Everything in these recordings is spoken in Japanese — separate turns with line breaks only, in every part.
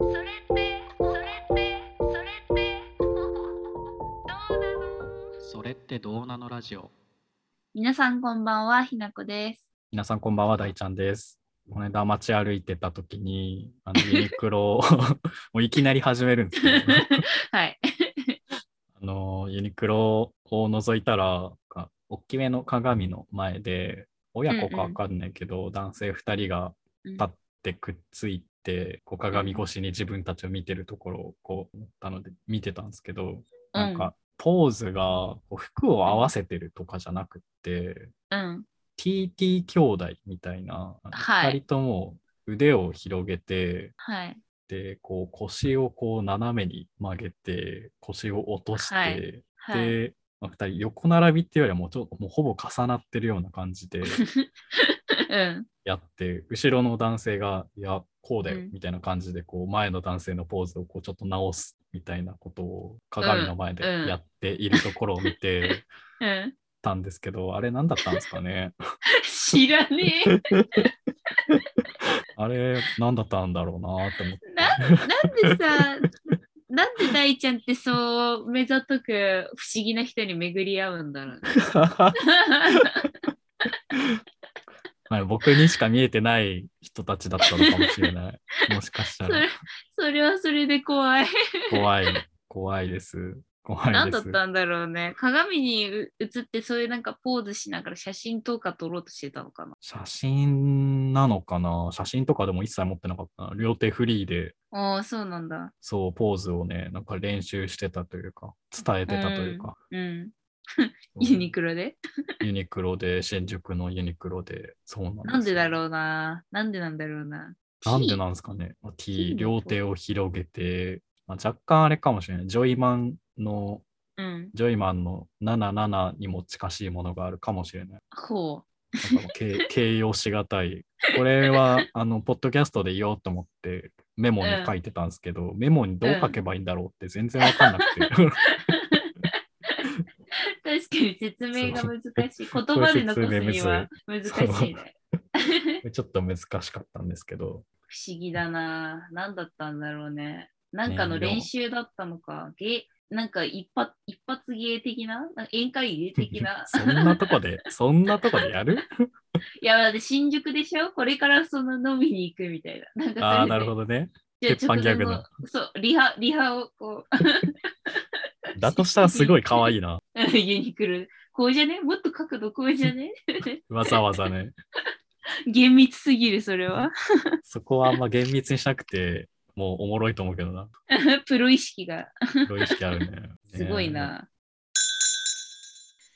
ってどうなのラジオ。
皆さんこんばんは、ひなこです。
皆さんこんばんは、大ちゃんです。この間街歩いてた時に、あのユニクロを もういきなり始めるんです けど、
はい。
あのユニクロを覗いたら、か大きめの鏡の前で、親子かわかんないけど、男性2人が
うん
立ってくっついて、こう鏡越しに自分たちを見てるところをこう思ったので見てたんですけど、なんかポーズがこう服を合わせてるとかじゃなくって、
うん。
TT 兄弟みたいな、
はい
2人とも腕を広げて
はい。
でこう腰をこう斜めに曲げて腰を落として、
はいはい。
で、まあ、2人横並びっていうよりはもうちょっともうほぼ重なってるような感 じで
うん。
やって後ろの男性が「いやこうだよ
うん」
みたいな感じでこう前の男性のポーズをこうちょっと直すみたいなことを鏡の前で
うんうん
やっているところを見て
うん。
たんですけど、あれ何だったんですかね
知らねえ。
あれ何だったんだろうなって思って。
ななんでさ、なんで大ちゃんってそう目ざとく不思議な人に巡り合うんだろうね。
はい、僕にしか見えてない人たちだったのかもしれない。もしかした
それ
ら
それはそれで怖い。
怖い、怖いです。怖いです。
何だったんだろうね。鏡にう映ってそういうなんかポーズしながら写真とか撮ろうとしてたのかな。
写真なのかな写真とかでも一切持ってなかったな。両手フリーで、
ああ、そうなんだ。
そう、ポーズをね、なんか練習してたというか、伝えてたというか。
うん。ユニクロで。
ロユニクロで、新宿のユニクロで、そうなんですよ
なんでだろうな。なんでなんだろうな。
なんでなんですかね、まあ T、
T
両手を広げて、まあ、若干あれかもしれない。ジョイマンの
うん。
ジョイマンの77にも近しいものがあるかもしれない。
ほ
なんかもう 形形容しがたい。これは、あの、ポッドキャストで言おうと思ってメモに書いてたんですけど、メモにどう書けばいいんだろうって全然わかんなくて。
う。確かに説明が難しい。
そう
言葉で残すには難
い
しいね。
ちょっと難しかったんですけど、
不思議だな。何だったんだろうね。なんかの練習だったのか。ゲなんか一発一発芸的ななんか宴会芸的な。
そんなとこで、そんなとこでやる
いや、だって新宿でしょこれからその飲みに行くみたいな。なんかそれで
ああ、なるほどね。
じゃあ
鉄板ギャグの
直前のそう、リハ、リハをこう、
だとしたらすごい可愛いな。
ユニクロ。こうじゃねもっと角度こうじゃね
わざわざね。
厳密すぎる、それは。
そこはあんま厳密にしなくて、もうおもろいと思うけど な。
プロ意識が
プロ意識あるね。
すごい
ね
な。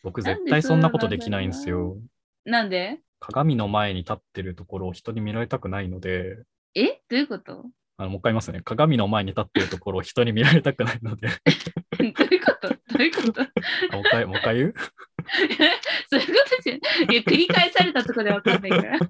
僕絶対そんなことできないんですよ。
なんで
鏡の前に立ってるところを人に見られたくないので、
えどういうこと ど
あのもう一回言いますね。鏡の前に立ってるところを人に見られたくないの で、
ういうことどういうこと
あもう一回、もう一回言う
そういうことじゃない。いや、繰り返されたとこでわかんないから。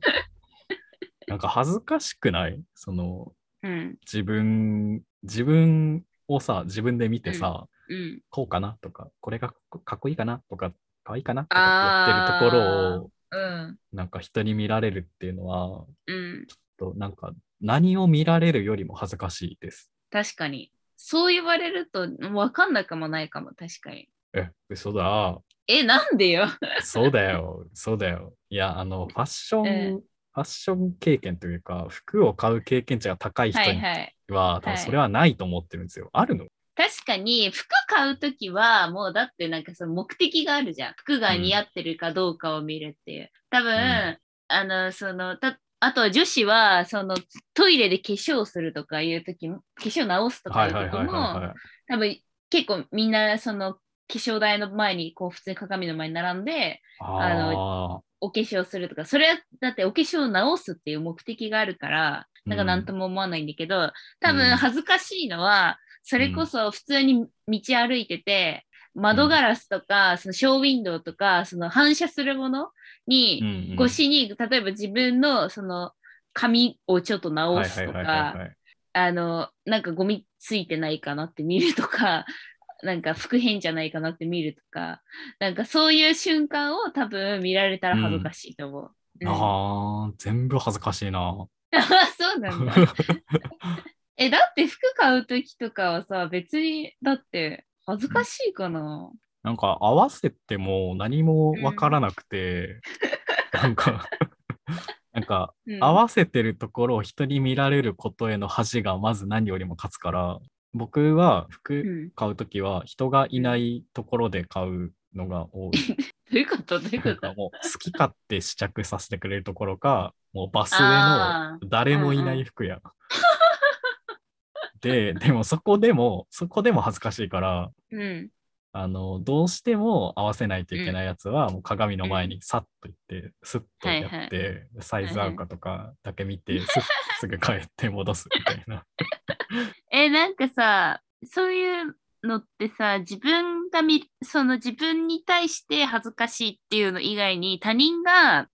なんか恥ずかしくないその、
うん。
自分、自分をさ、自分で見てさ、
うん。
こうかなとか、これがかっこいいかなとか、可愛いかなとかってやってるところを、
うん。
なんか人に見られるっていうのは、
うん。
となんか何を見られるよりも恥ずかしいです。
確かに。そう言われるとわかんなくもないかも、確かに。
え、嘘だ。
え、なんでよ。
そうだよ、そうだよ。いや、あの、ファッション、
ええ
ファッション経験というか、服を買う経験値が高い人
は
に
い
は、
はい。
多
はい
分それはないと思ってるんですよ。あるの
確かに服買うときはもうだってなんかその目的があるじゃん服が似合ってるかどうかを見るっていう、多分、
ん
あのそのたあと女子はそのトイレで化粧するとかいうときも化粧直すとか
はいいうは
と
い
き
はいはい
も
は
多分結構みんなその化粧台の前にこう普通に鏡の前に並んで
い。ああ、
お化粧するとかそれはだってお化粧を直すっていう目的があるからなんか何とも思わないんだけど、多
うん
分恥ずかしいのは、それこそ普通に道歩いてて、窓ガラスとか、そのショーウィンドウとか、その反射するもの
うん
に、
うん
越しに、例えば自分のその髪をちょっと直
はいは
す
い
と
はいはい
か、
はい
あの、なんかゴミついてないかなって見るとか、 なんか服変じゃないかなって見るとか、なんかそういう瞬間を多分見られたら恥ずかしいと思う。うん
ああ、全部恥ずかしいな。
そうなんだ。え、だって服買うときとかはさ、別に、だって恥ずかしいかな。
なんか合わせても何もわからなくて、なんかなんか
うん
合わせてるところを人に見られることへの恥がまず何よりも勝つから僕は
うん
服
ど
買うときは人がいないところで買うのが 多い。
ういうことどういう
な
こ
んか
と
もう好き勝手試着させてくれるところか、もうバス
あ
上の誰もいない服や。で、でもそこでも、そこでも恥ずかしいから、
うん。
あの、どうしても合わせないといけないやつは、もう鏡の前にさっと行って、スッとやって、サイズ合うかとかだけ見て、すす ぐ帰って戻すみたいな。
え、なんかさ、そういうのってさ、自分がみ、その自分に対して恥ずかしいっていうの以外に、他人が、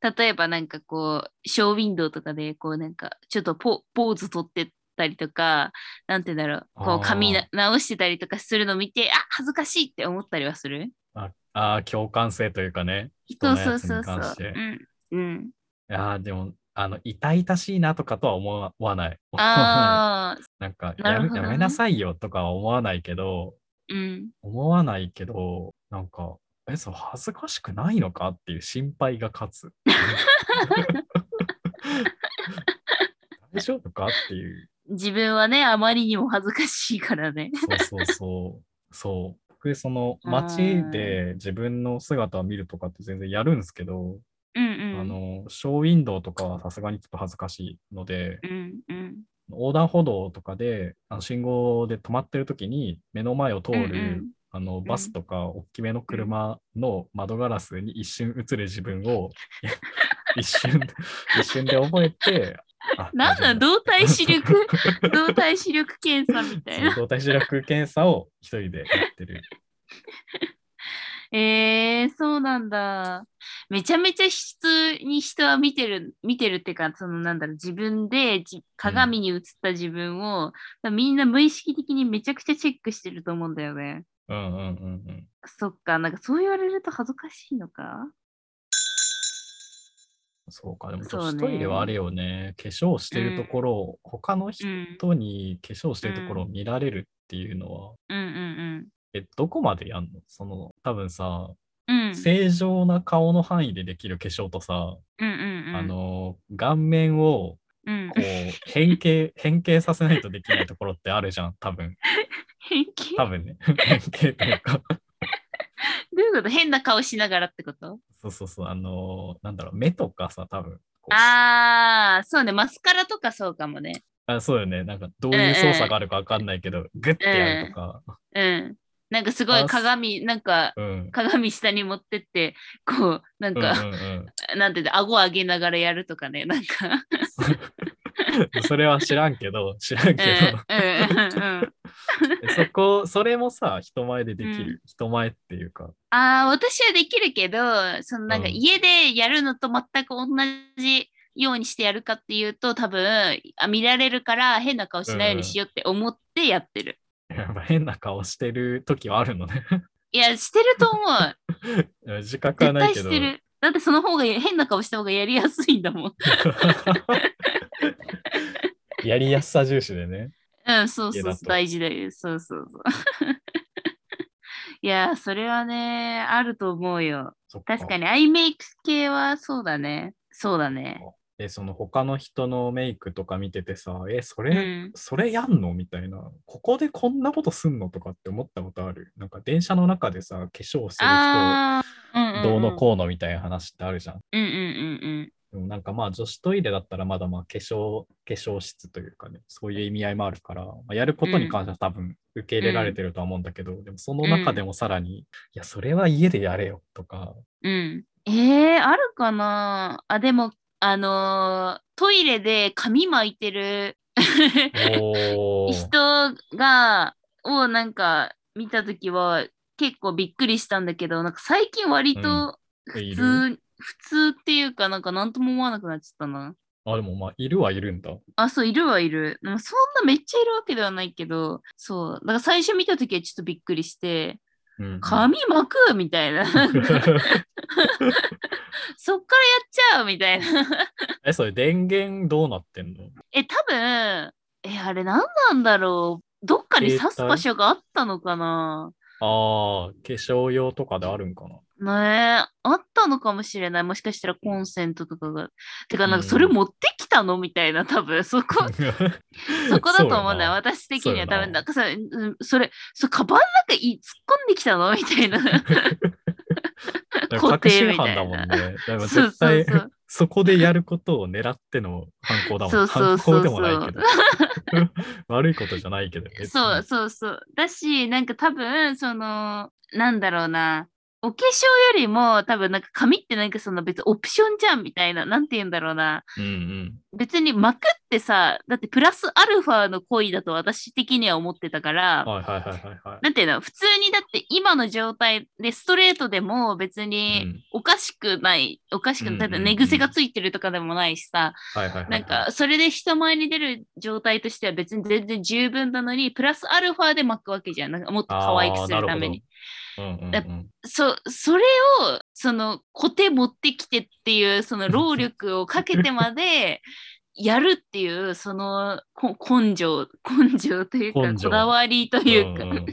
例えばなんかこう、ショーウィンドウとかで、こうなんか、ちょっとポポーズ取ってたりとか、なんて言うんだろう、こ
あ
う
ー
髪な直してたりとかするの見て、あ、恥ずかしいって思ったりはする
ああー、共感性というかね。
そ
人
う
の
そ
や
う
つ
そう
に
そ
関
う
し。て。
うん。うん。
いやーでも、あの、痛々しいなとかとは思わない。
ああ、
なんか
な
や
る
め
ほどね
やめなさいよとかは思わないけど、
うん。
思わないけど、なんか、え、そう、恥ずかしくないのかっていう心配が勝つ。大丈夫かっていう。
自分はね、あまりにも恥ずかしいからね。
そうそうそう。そう。僕、その、街で自分の姿を見るとかって全然やるんですけど、
うんうん。
あの、ショーウィンドウとかはさすがにちょっと恥ずかしいので、
うんうん。
横断歩道とかで、あの信号で止まってる時に、目の前を通る、
うんうん
あのバスとか大きめの車の窓ガラスに一瞬映る自分 を一瞬一瞬で覚えて、あ
なんなん
大丈
動体視 力
夫だ
動体視力検査みたいな。
そう動体視力検査を一人でやってる。
えー、そうなんだ。めちゃめちゃ質に人は見てる、見てるってか、そのなんだろう、自分でじ鏡に映った自分を、みんな無意識的にめちゃくちゃチェックしてると思うんだよね。
うんうんうんうん。
そっか、なんかそう言われると恥ずかしいのか
そうか、でも
そうね
年トイレはあれよね、化粧してるところを、他の
う
人
ん。
に化粧してるところを見られるっていうのは、
うんうん
え、どこまでやんのその、多分さ、
うん。うん。
正常な顔の範囲でできる化粧とさ、
うんうんうん。
あの顔面を
うん
こう変形変形させないとできないところってあるじゃん多分
変形
多分ね変形というか
どういうこと変な顔しながらってこと
そうそうそうあのなんだろう目とかさ多分こう
あー、そうね、マスカラとかそうかもね。
あそうよねなんかどういう操作があるかわかんないけど、グッてやるとか、
うん。なんかすごい
あ
鏡、なんか
うん、うん
鏡下に持ってって、こう、なん
うんう
か、
ん
なんていうんだ顎上げながらやるとかね、なんか。
それは知らんけど知らん
うん
けど
うんうんうん。
そこそれもさ人前でできる、人前っていうか
ああ、私はできるけど、そのなんか
うん
家でやるのと全く同じようにしてやるかっていうと、多分あ見られるから変な顔しないようにしようって思ってやってる。
やっぱ変な顔してる時はあるのね
いや、してると思う。
自覚は
絶
ない
対
け
し
ど
てる。だってその方が変な顔した方がやりやすいんだもん。
やりやすさ重視でね。
うん、そうそう
家だ
そう、
と
大事だよ。そうそうそう。 いやー、それはね、あると思うよ。
そっ
確かに、アイメイク系はそうだね。そうだね。
で、その他の人のメイクとか見ててさ、え、そうれ、
ん。
それやんのみたいな。ここでこんなことすんのとかって思ったことある。なんか電車の中でさ、化粧する
ああ、うんうんうん
人、どうのこうのみたいな話ってあるじゃん。
うんうんうん
でもなんかまあ女子トイレだったらまだまあ化粧、化粧室というかね、そういう意味合いもあるから、まあやることに関しては多分受け入れられてるとは思うんだけど、でもその中でもさらに、いや、それは家でやれよとか、
うん。うん。えー、あるかなあ、でも、あのートイレで髪巻いてる
おー
人が、をなんか見たときは結構びっくりしたんだけど、なんか最近割と
い
普通、
る
普通っていうかなんか何とも思わなくなっちゃったな。
あ、でもまあ、いるはいるんだ。
あ、そう、いるはいる。でもそんなめっちゃいるわけではないけど、そう。だから最初見たときはちょっとびっくりして、
うん、
髪巻くみたいな。そっからやっちゃうみたいな。
え、それ電源どうなってんの
え、多分、え、あれ何なんだろう。どっかに刺す場所があったのかな
ああ、化粧用とかであるんかな。
ねえ、あったのかもしれない。もしかしたらコンセントとかが。てか、なん
うん
かそれ持ってきたのみたいな、多分そ こ、 そこだと思う
そ
んだ
うや
よ。
な
私的には
そう
多
や
分、
な
なんかさ、うんそれ、それカバンの中に突っ込んできたのみたい な。
だから
固
確
定
信
みた
犯
い
だ
な
もんね。だから
そう
絶
そう
対
そう。
そこでやることを狙っての犯行だもん。
そうそうそうそう
犯行でもないけど。 悪いことじゃないけど。別に
そうそうそう。だし、なんか多分、その、なんだろうな。お化粧よりも多分なんか髪ってなんかその別にオプションじゃんみたいな、なんて言うんだろうな。
うんうん。
別に巻くってさ、だってプラスアルファの行為だと私的には思ってたから、
はいはいはいはいは
なんていうの、普通にだって今の状態でストレートでも別
い。う
に
ん
おかしくない、おかしく
うん
ない、だって
うんうん
寝癖がついてるとかでもないしさ、
はいはいはいはい。
なんかそれで人前に出る状態としては別に全然十分なのにプラスアルファで巻くわけじゃんなんかもっと可愛くするために
あー。なるほどうんうん
だ
うん
そそれをそのコテ持ってきてっていうその労力をかけてまで やるっていうそのこ根性根性というか
根性
こだわりというか、
うんうん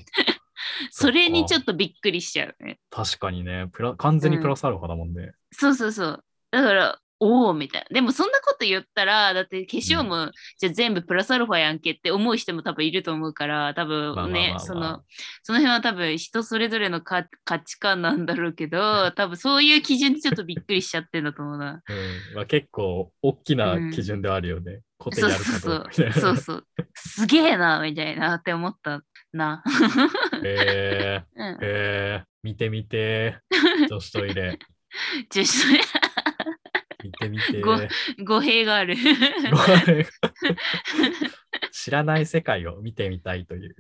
それにちょ
と。
っとびっくりしちゃうね
確かにね、プラ完全にプラスアルファだもんね。
そうそうそう。だから、おおみたいな。でもそんなこと言ったら、だって化粧も、じゃあ全部プラスアルファやんけって思う人も多分いると思うから、多
まあまあ
分
まあ
ね
ま、あ
その、その辺は多分人それぞれのか価値観なんだろうけ ど、多分そういう基準でちょっとびっくりしちゃってんだと思うな。
うんまあ、結構大きな基準ではあるよね。固定
そ
や
う
る
そう
か
そう
どうかみたい。な。
そうそう。すげえな、みたいなって思ったな。
え
う
ー、えー、見てみて ー、女子トイレ、
ん。ちょっ
見てみてー。
ごと語弊がある。
ごめん 知らない世界を見てみたいという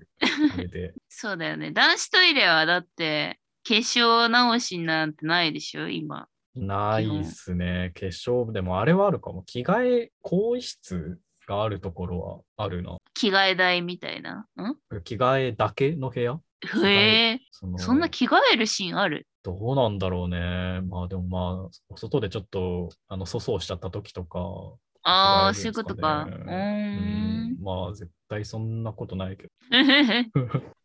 あれで。
そうだよね。男子トイレはだって化粧直しなんてないでしょ、今。
ないっすね。化粧部でもあれはあるかも。着替え、更衣室があるところはあるな。
着替え台みたいな。ん
着替えだけの部屋替
へえ。
その
そんな着替えるシーンある
どうなんだろうね。まあでもまあ、お外でちょっと、あの、粗相しちゃった時とか、
ああ、
着
そうい
替え
うこ
るんですかね
とか。うー。
うんまあ絶対そんなことないけど。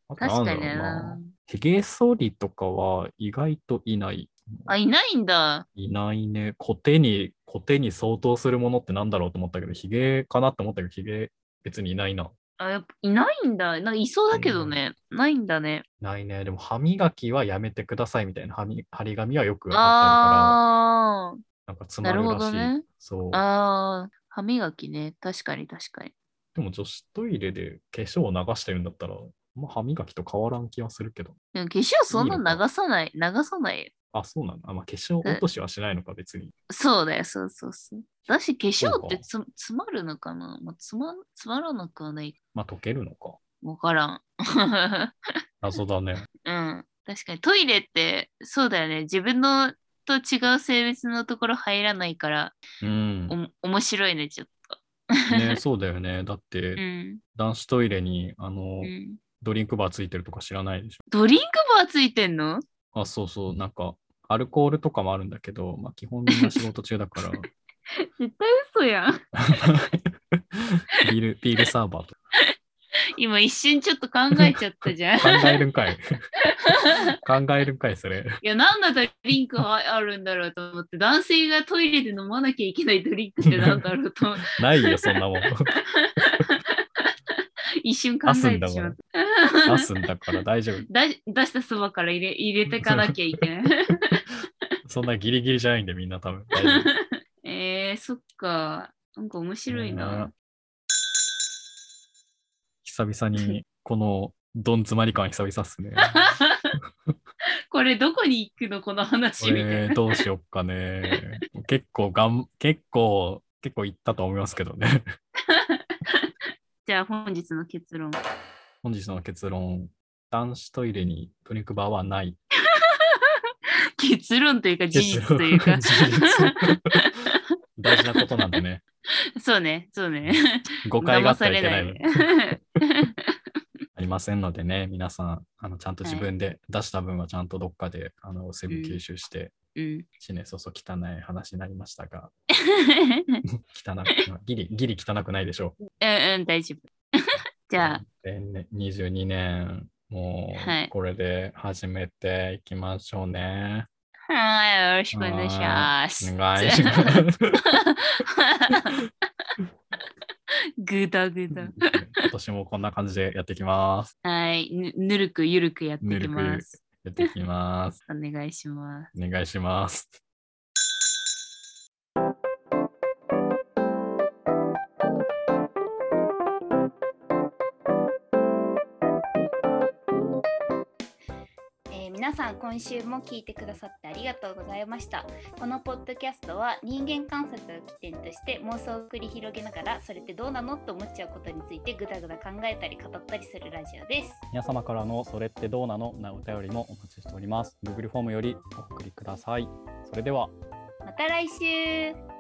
あと
確
な
か
んだ
に
ろう
な。。
ひげ剃りとかは意外といない。
あ、いないんだ。
いないね。コテに、コテに相当するものってなんだろうと思ったけど、ヒゲかなって思ったけど、ヒゲ別にいないな。
あやっぱいないんだ。なんかいそうだけどね。ないんだね。
ないね。でも歯磨きはやめてくださいみたいな歯み張り紙はよくあっ
あ
たのから、なん
あ、
か詰
な
ま
る
る
ほ
らし
ど
い。
ね。
そう。
ああ、歯磨きね。確かに確かに。
でも女子トイレで化粧を流してるんだったら、まあ、歯磨きと変わらん気はするけど。
でも化粧そんな流さない、流さないよ
あ、そうなんだ。あまあ、化粧落としはしないのか、別に。
そうだよ、そうそうそう。だし、化
そう
粧
か
ってつ詰まるのかな、まあ、つまつまらなくはない。
まあ、溶けるのか。
わからん。
謎だね。
うん。確かにトイレって、そうだよね。自分のと違う性別のところ入らないから、
うん
お。も面白いね、ちょっと。
ね、そうだよね。だっ
う
て、
ん。
男子トイレに、あの
う、ん、
ドリンクバーついてるとか知らないでしょ
ドリンクバーついてんの
あ、そうそう、なんか、アルコールとかもあるんだけど、まあ、基本みんな仕事中だから、
絶対嘘やん。
ビール、ビールサーバーと
今一瞬ちょっと考えちゃった じゃん。い
か。考えるんかい。考えるんかい、それ。
や、なんだドリンクはあるんだろうと思って、男性がトイレで飲まなきゃいけないドリンクってなんだろうと思 って
ないよ、そんなもん。
一瞬考えてしまった。
出すんだから大丈夫。
だ出したそばから入れ入れてかなきゃいけない。
そんなギリギリじゃないんで、みんな多分。大丈夫
えー、そっか。なんか面白いな。
久々に、この、どん詰まり感久々っ すね。
これどこに行くのこの話みたい
えー、
な。
どうしよっかね。結構がん、結構、結構いったと思いますけどね。
じゃあ本日の結論。
本日の結論、男子トイレにドリンクバーはない。
結論というか事
結
実
論
というか。
事実大事なことなんでね、
そうね、そうね。
誤解があ
騙
って
さ
はい
れ
け
な
ないい。
で。
ありませんのでね、皆さん、あのちゃんと自分で出した分はちゃんとどっかで、あの水分吸収して、
うん。
一年そそ汚い話になりましたが、汚く、ギリ、ギリ汚くないでしょう。
うんうん、大丈夫。じゃあ、
2022年、も
は
う
い
これで始めていきましょうね。
はい、よろしくお願いします。
お願い します。
ぐだぐだ。
今年もこんな感じでやっていきます。
はい、ぬぬるくゆるくやっていき
ぬるくゆ
ま
る
す。
やっていきます。
お願いします。
お願いします。
えー皆さん今週も聞いてくださってありがとうございましたこのポッドキャストは人間観察を起点として妄想を繰り広げながらそれってどうなのと思っちゃうことについてぐだぐだ考えたり語ったりするラジオです
皆様からのそれってどうなのなお便りもお待ちしております。Google フォームよりお送りください。それでは。
また来週